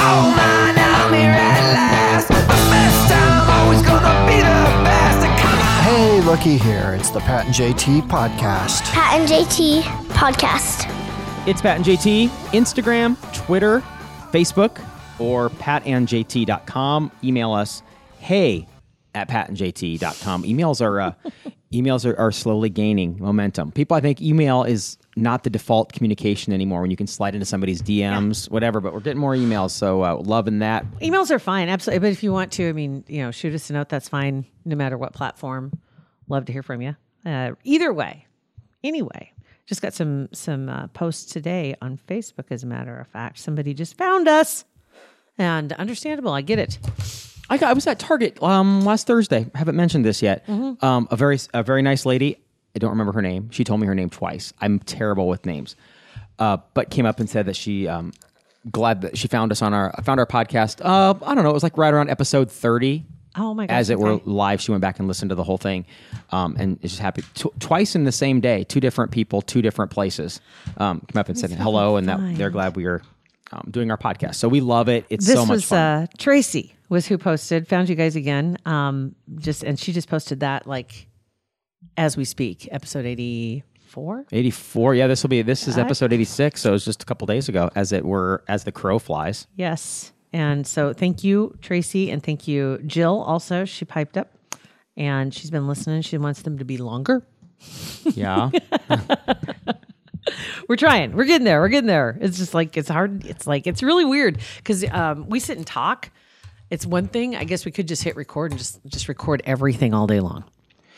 Oh man, I'm here at last. The best time, always gonna be the best. And come on. Hey, looky here. It's the Pat and JT podcast. Pat and JT podcast. It's Pat and JT, Instagram, Twitter, Facebook, or patandjt.com. Email us, hey at patandjt.com. Emails are uh, emails are, are slowly gaining momentum. People, I think email is not the default communication anymore when you can slide into somebody's DMs, whatever, but we're getting more emails. So uh, loving that. Emails are fine, absolutely. But if you want to, I mean, you know, shoot us a note. That's fine, no matter what platform. Love to hear from you. Uh, either way, anyway, just got some some uh, posts today on Facebook. As a matter of fact, somebody just found us, and understandable. I get it. I, got, I was at Target um, last Thursday. I haven't mentioned this yet. Mm-hmm. Um, a very a very nice lady. I don't remember her name. She told me her name twice. I'm terrible with names, uh, but came up and said that she um, glad that she found us on our found our podcast. Uh, I don't know. It was like right around episode thirty. Oh my gosh, As it were okay. live, she went back and listened to the whole thing, um, and is just happy. Tw- twice in the same day, two different people, two different places, um, came up and said hello, and that they're glad we are um, doing our podcast. So we love it. It's This so much was fun. Uh, Tracy was who posted. Found you guys again. Um, just and she just posted that like as we speak, episode eighty four. 84 yeah this will be this is episode 86 so it's just a couple days ago as it were as the crow flies Yes. And so thank you, Tracy, and thank you, Jill. Also, she piped up and she's been listening. She wants them to be longer. yeah We're trying. We're getting there. We're getting there. It's just like, it's hard. It's like, it's really weird because um, we sit and talk. It's one thing. I guess we could just hit record and just, just record everything all day long.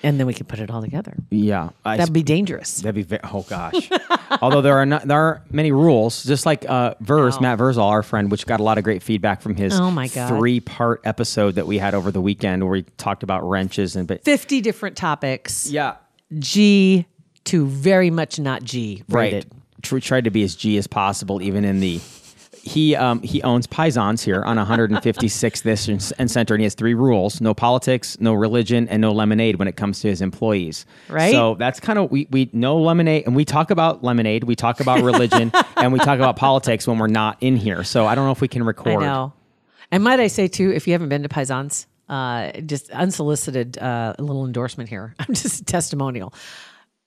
And then we could put it all together. yeah I, That'd be dangerous. that'd be ve- oh gosh although there are not there are many rules just like uh verse matt verzal our friend which got a lot of great feedback from his Oh, my God. three part episode that we had over the weekend where we talked about wrenches and but 50 different topics. yeah G to very much not G. right rated. Tr- tried to be as g as possible even in the he um he owns Pisons here on 156th this and, and center and he has three rules no politics no religion and no lemonade when it comes to his employees Right? so that's kind of we we no lemonade and we talk about lemonade we talk about religion and we talk about politics when we're not in here so I don't know if we can record I know. And might I say too, if you haven't been to Paisans, uh, just unsolicited uh, little endorsement here. I'm just a testimonial.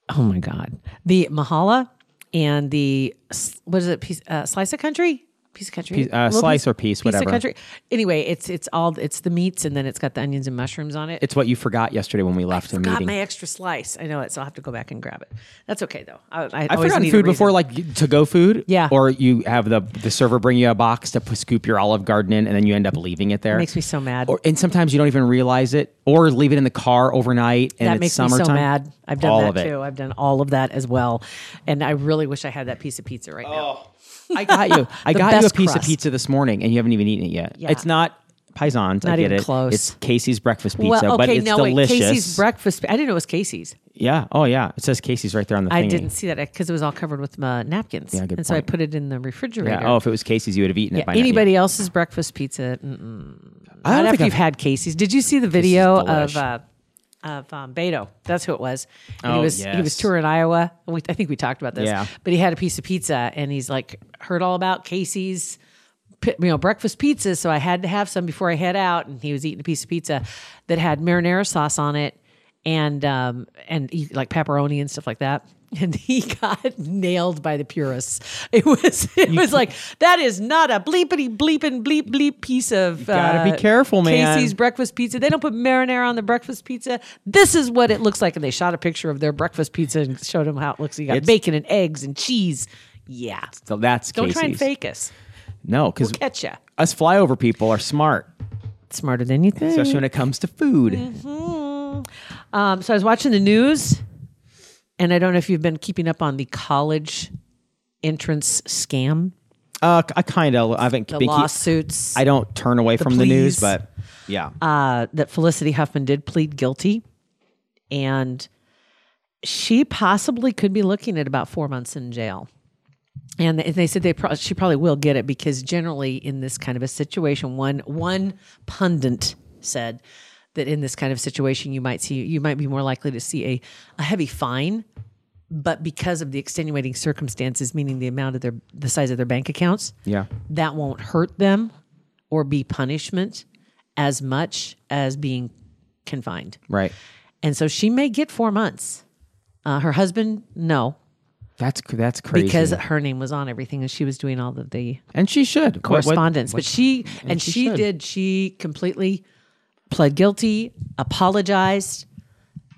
Oh my God, the Mahala and the s- what is it? Piece, uh, slice of country, piece of country, Piece- uh, Little slice or piece, of whatever. country. Anyway, it's it's all it's the meats and then it's got the onions and mushrooms on it. it's what you forgot yesterday when we left the got meeting my extra slice. I know it, so I'll have to go back and grab it. That's okay though. I, I I've always forgotten need a food before, reason. like to go food. Yeah. Or you have the the server bring you a box to p- scoop your Olive Garden in, and then you end up leaving it there. Makes me so mad. Or, and sometimes you don't even realize it, or leave it in the car overnight, and that it's makes summertime. me so mad. I've done All that of it. too. I've done all of that as well, and I really wish I had that piece of pizza right Oh. now. I got you. I The got you a best piece of crust. pizza this morning, and you haven't even eaten it yet. Yeah. It's not Pisons. I Not get even it. close. It's Casey's breakfast pizza, but it's no, delicious. wait. Casey's breakfast. pi- I didn't know it was Casey's. yeah. Oh yeah. It says Casey's right there on the. I thingy. didn't see that because it was all covered with uh, napkins. good and so point. I put it in the refrigerator. Yeah. Oh, if it was Casey's, you would have eaten Yeah, it by now. anybody else's breakfast pizza? Mm-mm. I don't think Not after you've I've- had Casey's. Did you see the video delish. of uh, of um, Beto? That's who it was. And Oh, he was he yes. was touring Iowa. We, I think we talked about this. Yeah. But he had a piece of pizza, and he's like heard all about Casey's. pi- You know, breakfast pizza. So I had to have some before I head out, and he was eating a piece of pizza that had marinara sauce on it, and um, and he, like pepperoni and stuff like that. And he got nailed by the purists. It was it was like that is not a bleepity bleeping bleep bleep piece of uh, gotta be careful, man. Casey's breakfast pizza. They don't put marinara on the breakfast pizza. This is what it looks like. And they shot a picture of their breakfast pizza and showed them how it looks. You got It's- bacon and eggs and cheese. Yeah. So that's Don't Casey's. try and fake us. No, because Catch ya. us flyover people are smart. Smarter than you think. especially when it comes to food. Mm-hmm. Um, so I was watching the news, and I don't know if you've been keeping up on the college entrance scam. Uh, I kind of. I haven't. the been keep- lawsuits I don't turn away from the news, pleas. but yeah, uh, that Felicity Huffman did plead guilty, and she possibly could be looking at about four months in jail. And they- they said they pro- she probably will get it because generally in this kind of a situation, one one pundit said that in this kind of situation you might see you might be more likely to see a, a heavy fine, but because of the extenuating circumstances, meaning the amount of their the size of their bank accounts, yeah. that won't hurt them or be punishment as much as being confined. Right. And so she may get four months. Uh, her husband, no, That's c- that's crazy. because her name was on everything and she was doing all of the and she should What- what- correspondence. but she, and she she, should. did, she completely pled guilty, apologized.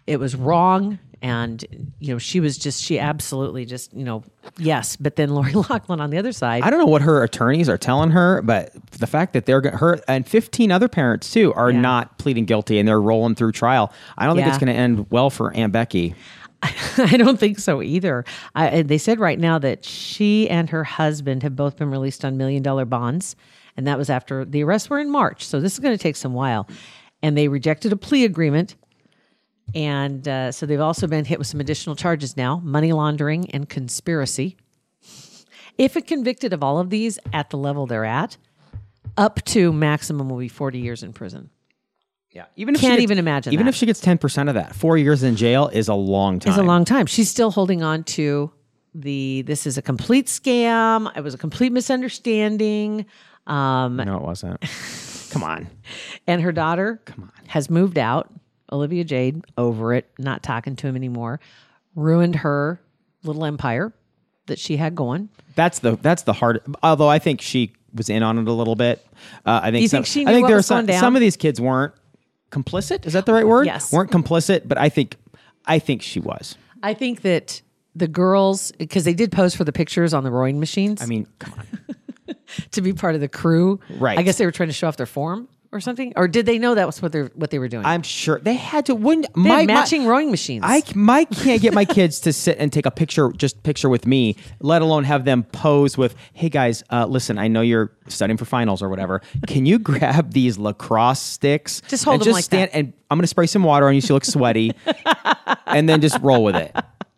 It was wrong. And, you know, she was just, she absolutely just, you know, yes. But then Lori Lachlan on the other side. I don't know what her attorneys are telling her, but the fact that they're go- her and 15 other parents too are Yeah. not pleading guilty and they're rolling through trial. I don't think it's Yeah. going to end well for Aunt Becky. I don't think so either. I, and they said right now that she and her husband have both been released on million dollar bonds, and that was after the arrests were in March. So this is going to take some while. And they rejected a plea agreement. And uh, so they've also been hit with some additional charges now money laundering and conspiracy. If it convicted of all of these at the level they're at, up to maximum will be 40 years in prison. Yeah, even if Can't she gets, even imagine Even that. if she gets 10 percent of that, four years in jail is a long time. It's a long time. She's still holding on to the this is a complete scam. It was a complete misunderstanding. Um, No, it wasn't. Come on. and her daughter has moved out. Olivia Jade over it, not talking to him anymore. Ruined her little empire that she had going. That's the that's the hard. Although I think she was in on it a little bit. Uh, I think You some, think she I knew think what there was are some, going down? some of these kids weren't complicit. Is that the right word? Yes. weren't complicit. But I think I think she was. I think that the girls, because they did pose for the pictures on the rowing machines I mean, come on. to be part of the crew. Right. I guess they were trying to show off their form or something. Or did they know that was what they what they were doing? I'm sure they had to. Wouldn't they my had matching My, rowing machines. I c- my can't get my kids to sit and take a picture, just picture with me, let alone have them pose with, "Hey guys, uh, listen, I know you're studying for finals or whatever. Can you grab these lacrosse sticks? Just hold and them like that." and I'm gonna spray some water on you so you look sweaty, and then just roll with it.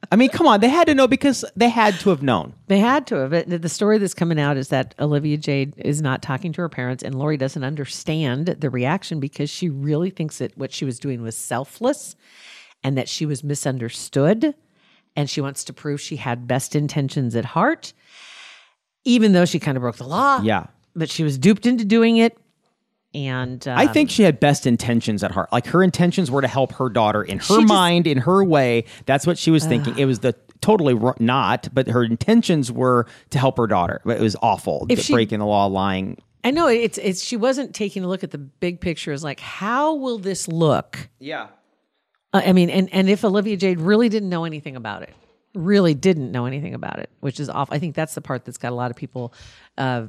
I mean, come on, they had to know because they had to have known. They had to have. It, the story that's coming out is that Olivia Jade is not talking to her parents, and Lori doesn't understand the reaction because she really thinks that what she was doing was selfless and that she was misunderstood. And she wants to prove she had best intentions at heart, even though she kind of broke the law. Yeah. But she was duped into doing it. And uh, I think she had best intentions at heart. Like her intentions were to help her daughter in her just- mind, in her way. That's what she was thinking. It was the totally wr- not, but her intentions were to help her daughter. But it was awful. If the- she- breaking the law, lying. I know it's it's she wasn't taking a look at the big picture as like how will this look Yeah. Uh, I mean, and and if Olivia Jade really didn't know anything about it, really didn't know anything about it, which is off. I think that's the part that's got a lot of people, uh,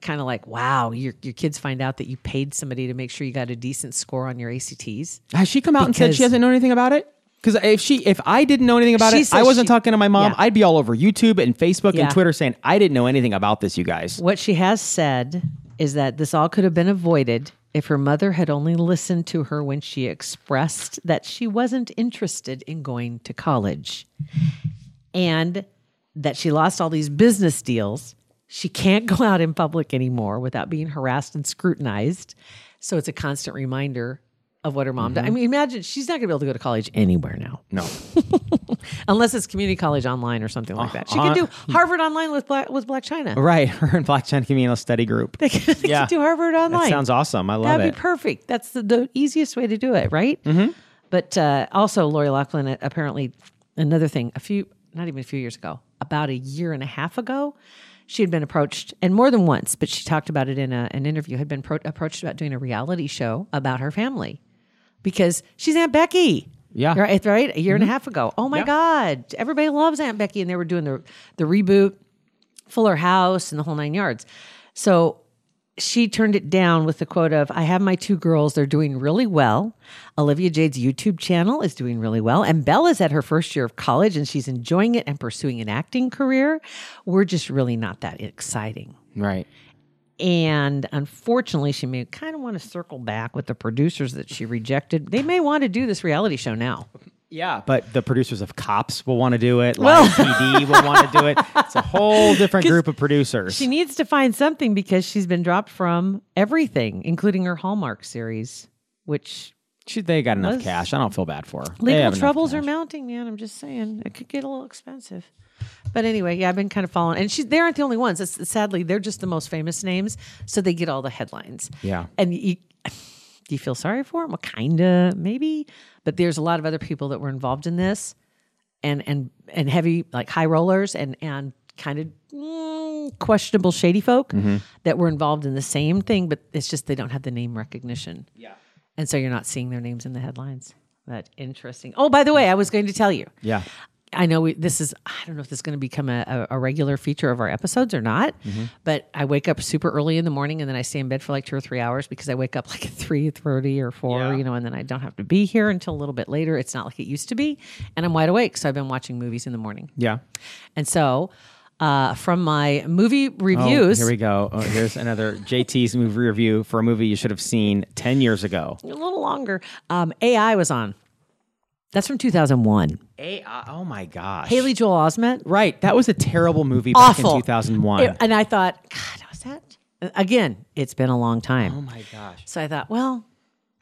kind of like, wow, your your kids find out that you paid somebody to make sure you got a decent score on your ACTs. Has she come out and said she Because- doesn't know anything about it? Because if she, if I didn't know anything about She it, says I wasn't she- talking to my mom. yeah. I'd be all over YouTube and Facebook Yeah. and Twitter saying I didn't know anything about this. You guys, What she has said is that this all could have been avoided if her mother had only listened to her when she expressed that she wasn't interested in going to college and that she lost all these business deals. She can't go out in public anymore without being harassed and scrutinized. So it's a constant reminder of what her mom Mm-hmm. did. I mean, imagine she's not going to be able to go to college anywhere now. no, Unless it's community college online or something like that. She Uh, could do Harvard online with Black, with Black China. right? Her and Black China Communal Study Group. They could, they Yeah. could do Harvard online. That sounds awesome. I love That'd it. be perfect. That's the, the easiest way to do it, right? Mm-hmm. But uh, also, Lori Laughlin uh, apparently another thing. A few, not even a few years ago, about a year and a half ago, she had been approached, and more than once. But she talked about it in a, an interview. Had been pro- approached about doing a reality show about her family because she's Aunt Becky. Yeah. right. Right, a year and a half ago. Oh my God, everybody loves Aunt Becky, and they were doing the the reboot, Fuller House, and the whole nine yards. So she turned it down with the quote of I have my two girls, they're doing really well. Olivia Jade's YouTube channel is doing really well. And Belle is at her first year of college and she's enjoying it and pursuing an acting career. We're just really not that exciting. Right. And unfortunately, she may kind of want to circle back with the producers that she rejected. They may want to do this reality show now. Yeah, but the producers of Cops will want to do it. Well, PD will want to do it. It's a whole different group of producers. She needs to find something because she's been dropped from everything, including her Hallmark series, which She- they got enough Was- cash. I don't feel bad for her. They have legal enough troubles are cash. mounting, man. I'm just saying it could get a little expensive. But anyway, yeah, I've been kind of following, and she, they aren't the only ones. It's, sadly, they're just the most famous names, so they get all the headlines. Yeah. and you, do you feel sorry for them? Well, kinda, maybe. But there's a lot of other people that were involved in this, and and and heavy like high rollers and and kind of mm, questionable shady folk that were involved in the same thing, but it's just they don't have the name recognition. Yeah, and so you're not seeing their names in the headlines. That interesting. Oh, by the way, I was going to tell you. Yeah. I know we, this is, I don't know if this is going to become a, a, a regular feature of our episodes or not, Mm-hmm. but I wake up super early in the morning and then I stay in bed for like two or three hours because I wake up like at 3.30 or 4, you know, and then I don't have to be here until a little bit later. It's not like it used to be. And I'm wide awake. So I've been watching movies in the morning. Yeah. And so uh, from my movie Oh, reviews, here we go. Oh, here's another JT's movie review for a movie you should have seen 10 years ago. a little longer, um, AI was on. That's from 2001. AI. Oh my gosh. Haley Joel Osment. Right. That was a terrible movie back Awful. in 2001. It- and I thought, God, was that? Again, it's been a long time. Oh my gosh. So I thought, well,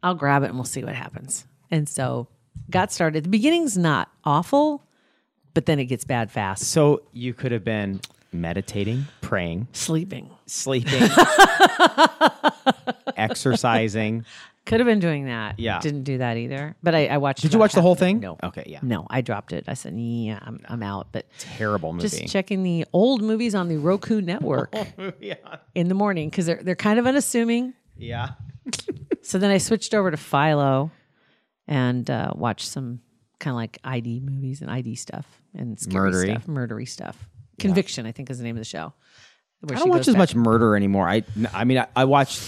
I'll grab it and we'll see what happens. And so got started. The beginning's not awful, but then it gets bad fast. so you could have been meditating, praying, Sleeping. sleeping, exercising. Could have been doing that. Yeah. Didn't do that either. But I, I watched. Did you about watch the half whole of it. thing? No. Okay. Yeah. No, I dropped it. I said, yeah, I'm, I'm out. But Terrible movie. Oh, just checking the old movies on the Roku network in the morning because they're, they're kind of unassuming. yeah. So then I switched over to Philo and uh, watched some kind of like ID movies and ID stuff and scary Murdery. stuff, murdery stuff. Conviction, I think, is the name of the show. I don't watch as much murder anymore. I n- I mean I, I watch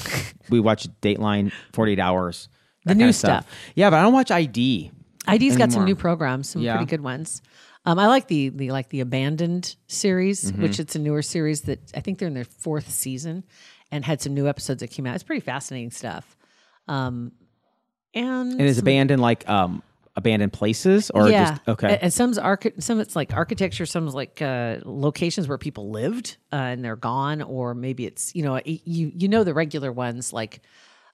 we watch Dateline 48 Hours. that The kind new of stuff. Yeah, but I don't watch ID. ID's got some anymore. new programs, some Yeah. pretty good ones. Um, I like the the like the Abandoned series, Mm-hmm. which it's a newer series that I think they're in their fourth season, and had some new episodes that came out. It's pretty fascinating stuff. Um, and And is abandoned like um abandoned places or yeah. just okay. A- And some's archi- some it's like architecture, some's like uh, locations where people lived uh, and they're gone, or maybe it's you know it- you you know the regular ones like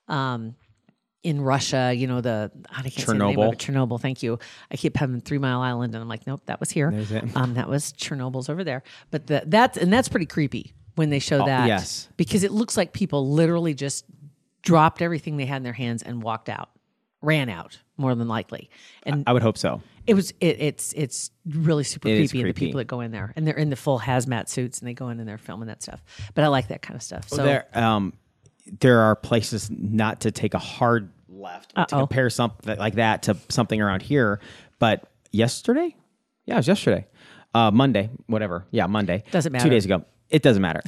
um in Russia, you know the I can't say the name of it, Chernobyl. Thank you. I keep having Three Mile Island, and I'm like, nope, that was here. Um, that was Chernobyl's over there. But the, that's and that's pretty creepy when they show that. Oh, yes. because it looks like people literally just dropped everything they had in their hands and walked out, ran out more than likely, and I would hope so. it was it, it's it's really super It creepy, is and the creepy. people that go in there and they're in the full hazmat suits and they go in and they're filming that stuff. But I like that kind of stuff. So there um there are places not to take a hard left or to Uh-oh. compare something like that to something around here but yesterday yeah it was yesterday uh monday whatever yeah monday Doesn't matter. two days ago it doesn't matter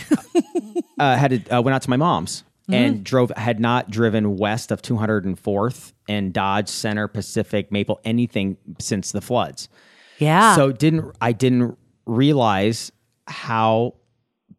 uh had to, uh, went out to my mom's Mm-hmm. and drove had not driven west of 204th and dodge center pacific maple anything since the floods yeah, so didn't I didn't realize how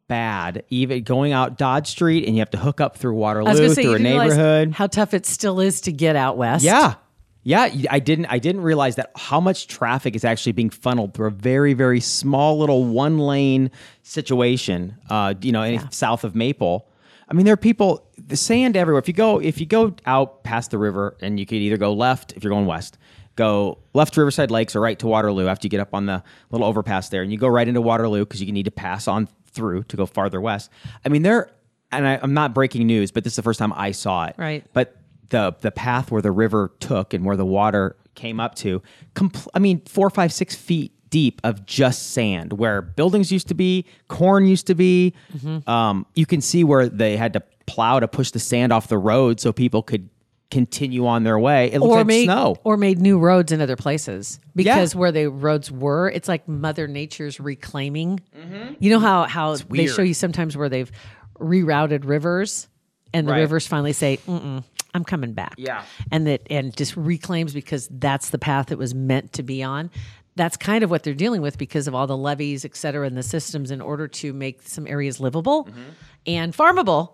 bad even going out Dodge Street and you have to hook up through Waterloo I was gonna say through you a didn't realize neighborhood. how tough it still is to get out west. yeah. Yeah, y- I didn't I didn't realize that how much traffic is actually being funneled through a very very small little one lane situation uh you know in south of Maple. I mean there are people the sand everywhere. If you go if you go out past the river and you could either go left if you're going west, go left to Riverside Lakes or right to Waterloo after you get up on the little overpass there and you go right into Waterloo cuz you need to pass on through to go farther west. I mean there and I, I'm not breaking news, but this is the first time I saw it. Right. But the the path where the river took and where the water came up to, compl- I mean, four, five, six feet deep of just sand, where buildings used to be, corn used to be. Mm-hmm. Um, you can see where they had to plow to push the sand off the road so people could continue on their way. It looks or like made snow. or made new roads in other places because where the roads were, it's like Mother Nature's reclaiming. Mm-hmm. You know how how they show you sometimes where they've rerouted rivers, and the Right. rivers finally say, Mm-mm, "I'm coming back." Yeah. and that and just reclaims because that's the path it was meant to be on. that's kind of what they're dealing with because of all the levies, et cetera, and the systems in order to make some areas livable Mm-hmm. and farmable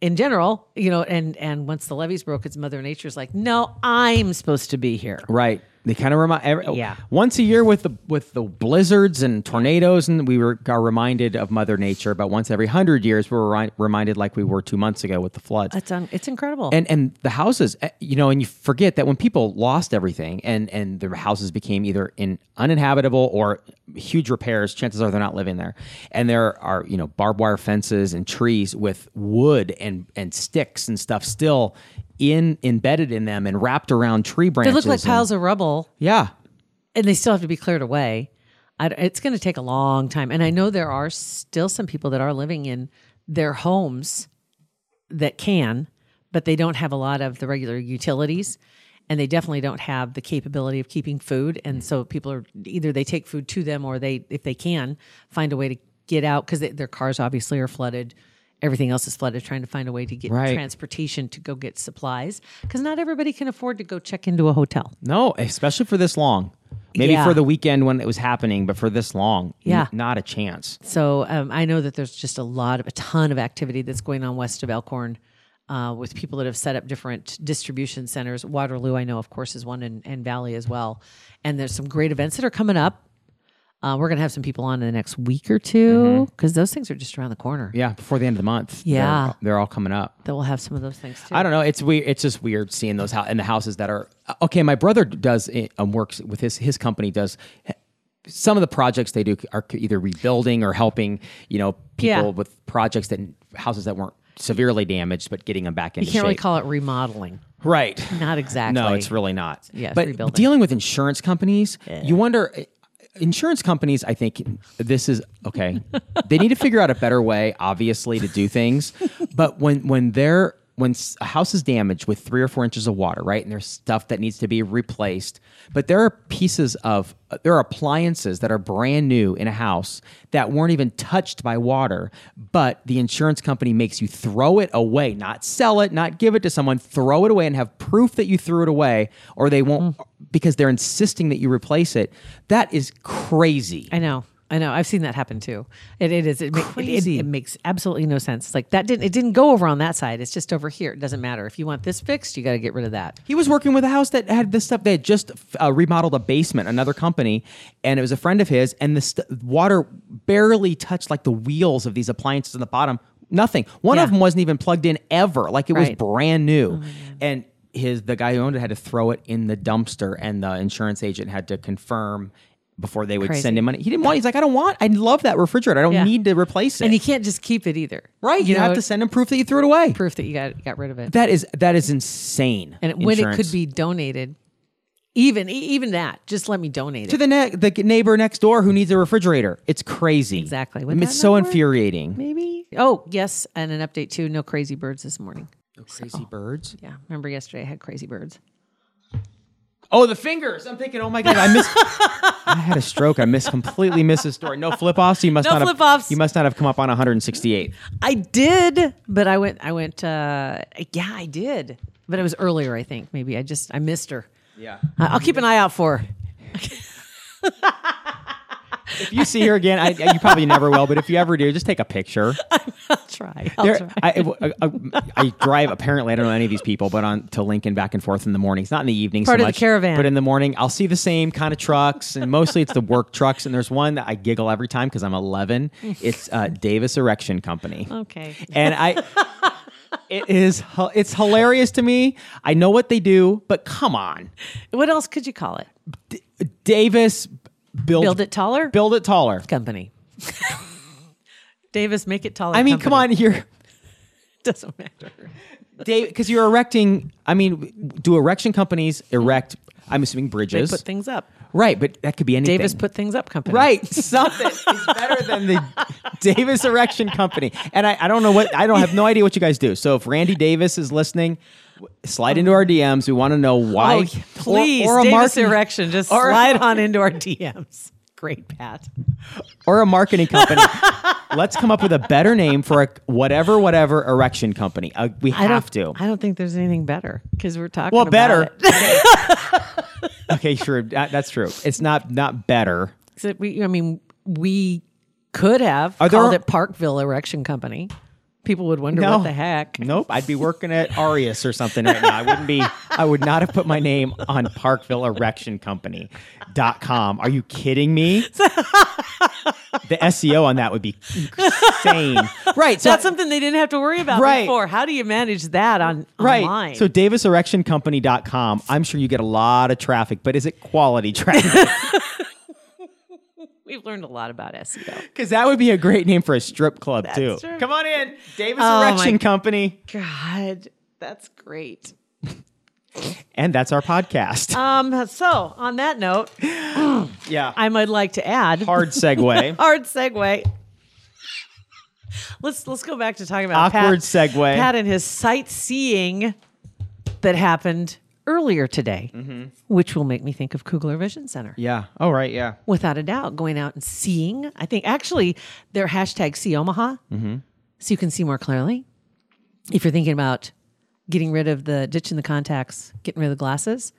in general, you know, and and once the levees broke, it's Mother Nature's like, no, I'm supposed to be here. Right. They kind of remind. Every, Yeah. Once a year with the with the blizzards and tornadoes, and we were are reminded of Mother Nature. But once every hundred years, we're ri- reminded like we were two months ago with the floods. It's un- it's incredible. and and the houses eh, you know and you forget that when people lost everything and and their houses became either in uninhabitable or huge repairs chances are they're not living there and there are you know barbed wire fences and trees with wood and and sticks and stuff still in embedded in them and wrapped around tree they branches look like and- piles of rubble. yeah and they still have to be cleared away. I, it's going to take a long time, and I know there are still some people that are living in their homes that can, but they don't have a lot of the regular utilities, and they definitely don't have the capability of keeping food. And so people are either they take food to them, or they, if they can, find a way to get out because their cars obviously are flooded. Everything else is flooded. Trying to find a way to get Right. transportation to go get supplies because not everybody can afford to go check into a hotel. no especially for this long maybe Yeah. for the weekend when it was happening but for this long n- Yeah. not a chance So um, I know that there's just a lot of a ton of activity that's going on west of Elkhorn uh, with people that have set up different distribution centers. Waterloo, I know, of course, is one, and, and Valley as well. And there's some great events that are coming up. Uh, we're going to have some people on in the next week or two because those things are just around the corner. Mm-hmm. yeah before the end of the month they're- Yeah. they're all coming up That we'll have some of those things too. I don't know. It's weird. It's just weird seeing those hou- and the houses that are okay. My brother does um, works with his his company does some of the projects they do are either rebuilding or helping you know people Yeah. with projects that houses that weren't severely damaged but getting them back into you can't really shape. call it remodeling. right. Not exactly. No, it's really not. Yeah, it's but rebuilding. dealing with insurance companies, you wonder. eh, Insurance companies, I think this is okay. they need to figure out a better way, obviously, to do things. But when when they're when s- a house is damaged with three or four inches of water, right, and there's stuff that needs to be replaced, but there are pieces of there are appliances that are brand new in a house that weren't even touched by water, but the insurance company makes you throw it away, not sell it, not give it to someone, throw it away and have proof that you threw it away, or they won't because they're insisting that you replace it. That is crazy. I know. I know. I've seen that happen too. It, it is. It, ma- it- it- Crazy. It, makes absolutely no sense. Like that didn't. It didn't go over on that side. It's just over here. It doesn't matter. If you want this fixed, you got to get rid of that. He was working with a house that had this stuff. They had just uh, remodeled a basement, another company, and it was a friend of his. And the st- water barely touched like the wheels of these appliances on the bottom. Nothing. One of Yeah. them wasn't even plugged in ever. Like it Right. Mm-hmm. was brand new. and his the guy who owned it had to throw it in the dumpster, and the insurance agent had to confirm before they would Crazy. send him money. He didn't want. He's like, I don't want. I love that refrigerator. I don't Yeah. need to replace it. And you can't just keep it either. right? You, know, have to send him proof that you threw it away. proof that you got got rid of it. That is that is insane. and when it Insurance. could be donated, even e- even that, just let me donate to it. the ne- the neighbor next door who needs a refrigerator. It's crazy. Exactly. I Would mean, that it's so not work? infuriating. Maybe. Oh yes, and an update too. No crazy birds this morning. Crazy birds. Yeah, remember yesterday I had crazy birds. Oh, the fingers. I'm thinking, oh my god, I missed. I had a stroke. I missed completely missed this story. No flip offs. You must No not flip-offs. Have, you must not have come up on 168. I did, but I went. I went. Uh, yeah, I did, but it was earlier. I think maybe I just I missed her. Yeah. I- I'll keep an eye out for. her. If you see her again, I, you probably never will. But if you ever do, just take a picture. I'll try. I'll There- try. I, I- I- I drive. Apparently, I don't know any of these people, but on to Lincoln back and forth in the mornings, not in the evenings. Part so of the much, caravan. but in the morning, I'll see the same kind of trucks, and mostly it's the work trucks. And there's one that I giggle every time because I'm 11. It's uh, Davis Erection Company, Okay. and I. It is. hu- It's hilarious to me. I know what they do, but come on, What else could you call it? Davis. Build, Build it taller. Build it taller. company. Davis, make it taller. I mean, come on, company. you're doesn't matter. Dave, because you're erecting. I mean, do erection companies erect? I'm assuming They bridges, put things up. right? But that could be anything. Davis put things up company. right something is better than the Davis Erection Company. And I, I don't know what I don't have no idea what you guys do. So if Randy Davis is listening, w- slide into our DMs. We want to know why. Oh, Or- please, or, a Davis marketing- erection. Just or- slide on into our DMs. Great, Pat. or a marketing company. Let's come up with a better name for a whatever whatever erection company. Uh, we I don't, have to. I don't think there's anything better because we're talking. well, about better. it. okay, sure. That, that's true. It's not not better. So we, I mean, we could have Are there- called it Parkville Erection Company. People would wonder No. what the heck. Nope. I'd be working at Arius or something right now. I wouldn't be. I would not have put my name on Parkville Erection Company dot com. Are you kidding me? the SEO on that would be insane. Right. So That's something they didn't have to worry about Right. before. How do you manage that on Right. online? So daviserectioncompany.com. I'm sure you get a lot of traffic, but is it quality traffic? we've learned a lot about E SEO. Because that would be a great name for a strip club too. true. Oh Come on in, Davis my- Erection Company, God, that's great. and that's our podcast. Um, so on that note, yeah. I would like to add Hard segue. hard segue. Let's let's go back to talking about Awkward Pat, segue. Pat and his sightseeing that happened earlier today, which will make me think of Kugler Vision Center. Mm-hmm. yeah. All right. Yeah. Without a doubt, going out and seeing. I think actually their hashtag see Omaha, Mm-hmm. so you can see more clearly. If you're thinking about getting rid of the ditching the contacts, getting rid of the glasses,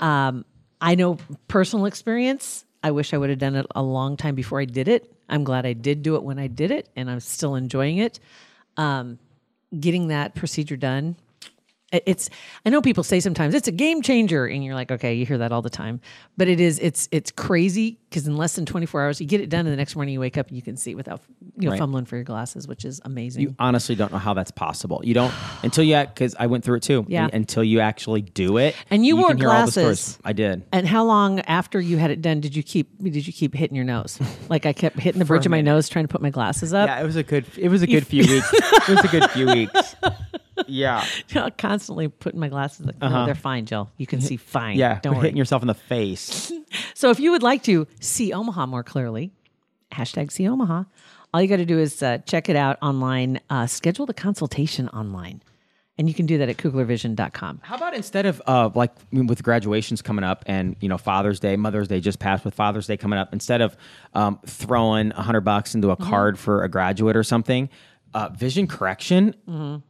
um, I know personal experience. I wish I would have done it a long time before I did it. I'm glad I did do it when I did it, and I'm still enjoying it. Um, getting that procedure done, it- it's. I know people say sometimes it's a game changer, and you're like, okay, you hear that all the time, but it is. It's it's crazy because in less than 24 hours, you get it done, and the next morning you wake up and you can see without you know fumbling for your glasses, which is amazing. You honestly don't know how that's possible. You don't until you because I went through it too. Yeah. Un- Until you actually do it, And you wore can hear all the stories. glasses. I did. And how long after you had it done did you keep did you keep hitting your nose? Like I kept hitting the bridge of my nose trying to put my glasses up. Yeah, it was a good. It was a good few weeks. It was a good few weeks. Yeah, Uh-huh. Constantly putting my glasses like, no, they're fine, Jill. You can see fine. yeah. Don't worry. hitting yourself in the face. so if you would like to see Omaha more clearly, hashtag see Omaha, all you got to do is uh, check it out online, uh, schedule the consultation online. And you can do that at kuglervision.com. How about instead of uh, like I mean, with graduations coming up and you know Father's Day, Mother's Day just passed with Father's Day coming up, instead of um, throwing a hundred bucks into a card for a graduate or something, uh, vision correction. I-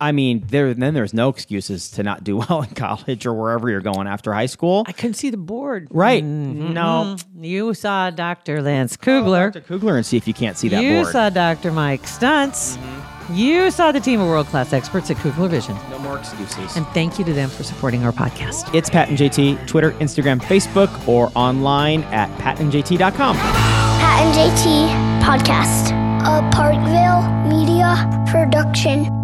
I mean, there then there's no excuses to not do well in college or wherever you're going after high school. I couldn't see the board. Right? No, You saw Dr. Lance Kugler. Dr. Kugler and see if you can't see that you board. Mm-hmm. saw Dr. Mike Stunts. You saw the team of world class experts at Kugler Vision. no more excuses. And thank you to them for supporting our podcast. it's Pat and JT, Twitter, Instagram, Facebook, or online at patandjt.com. Pat and JT Podcast, a Parkville Media Production.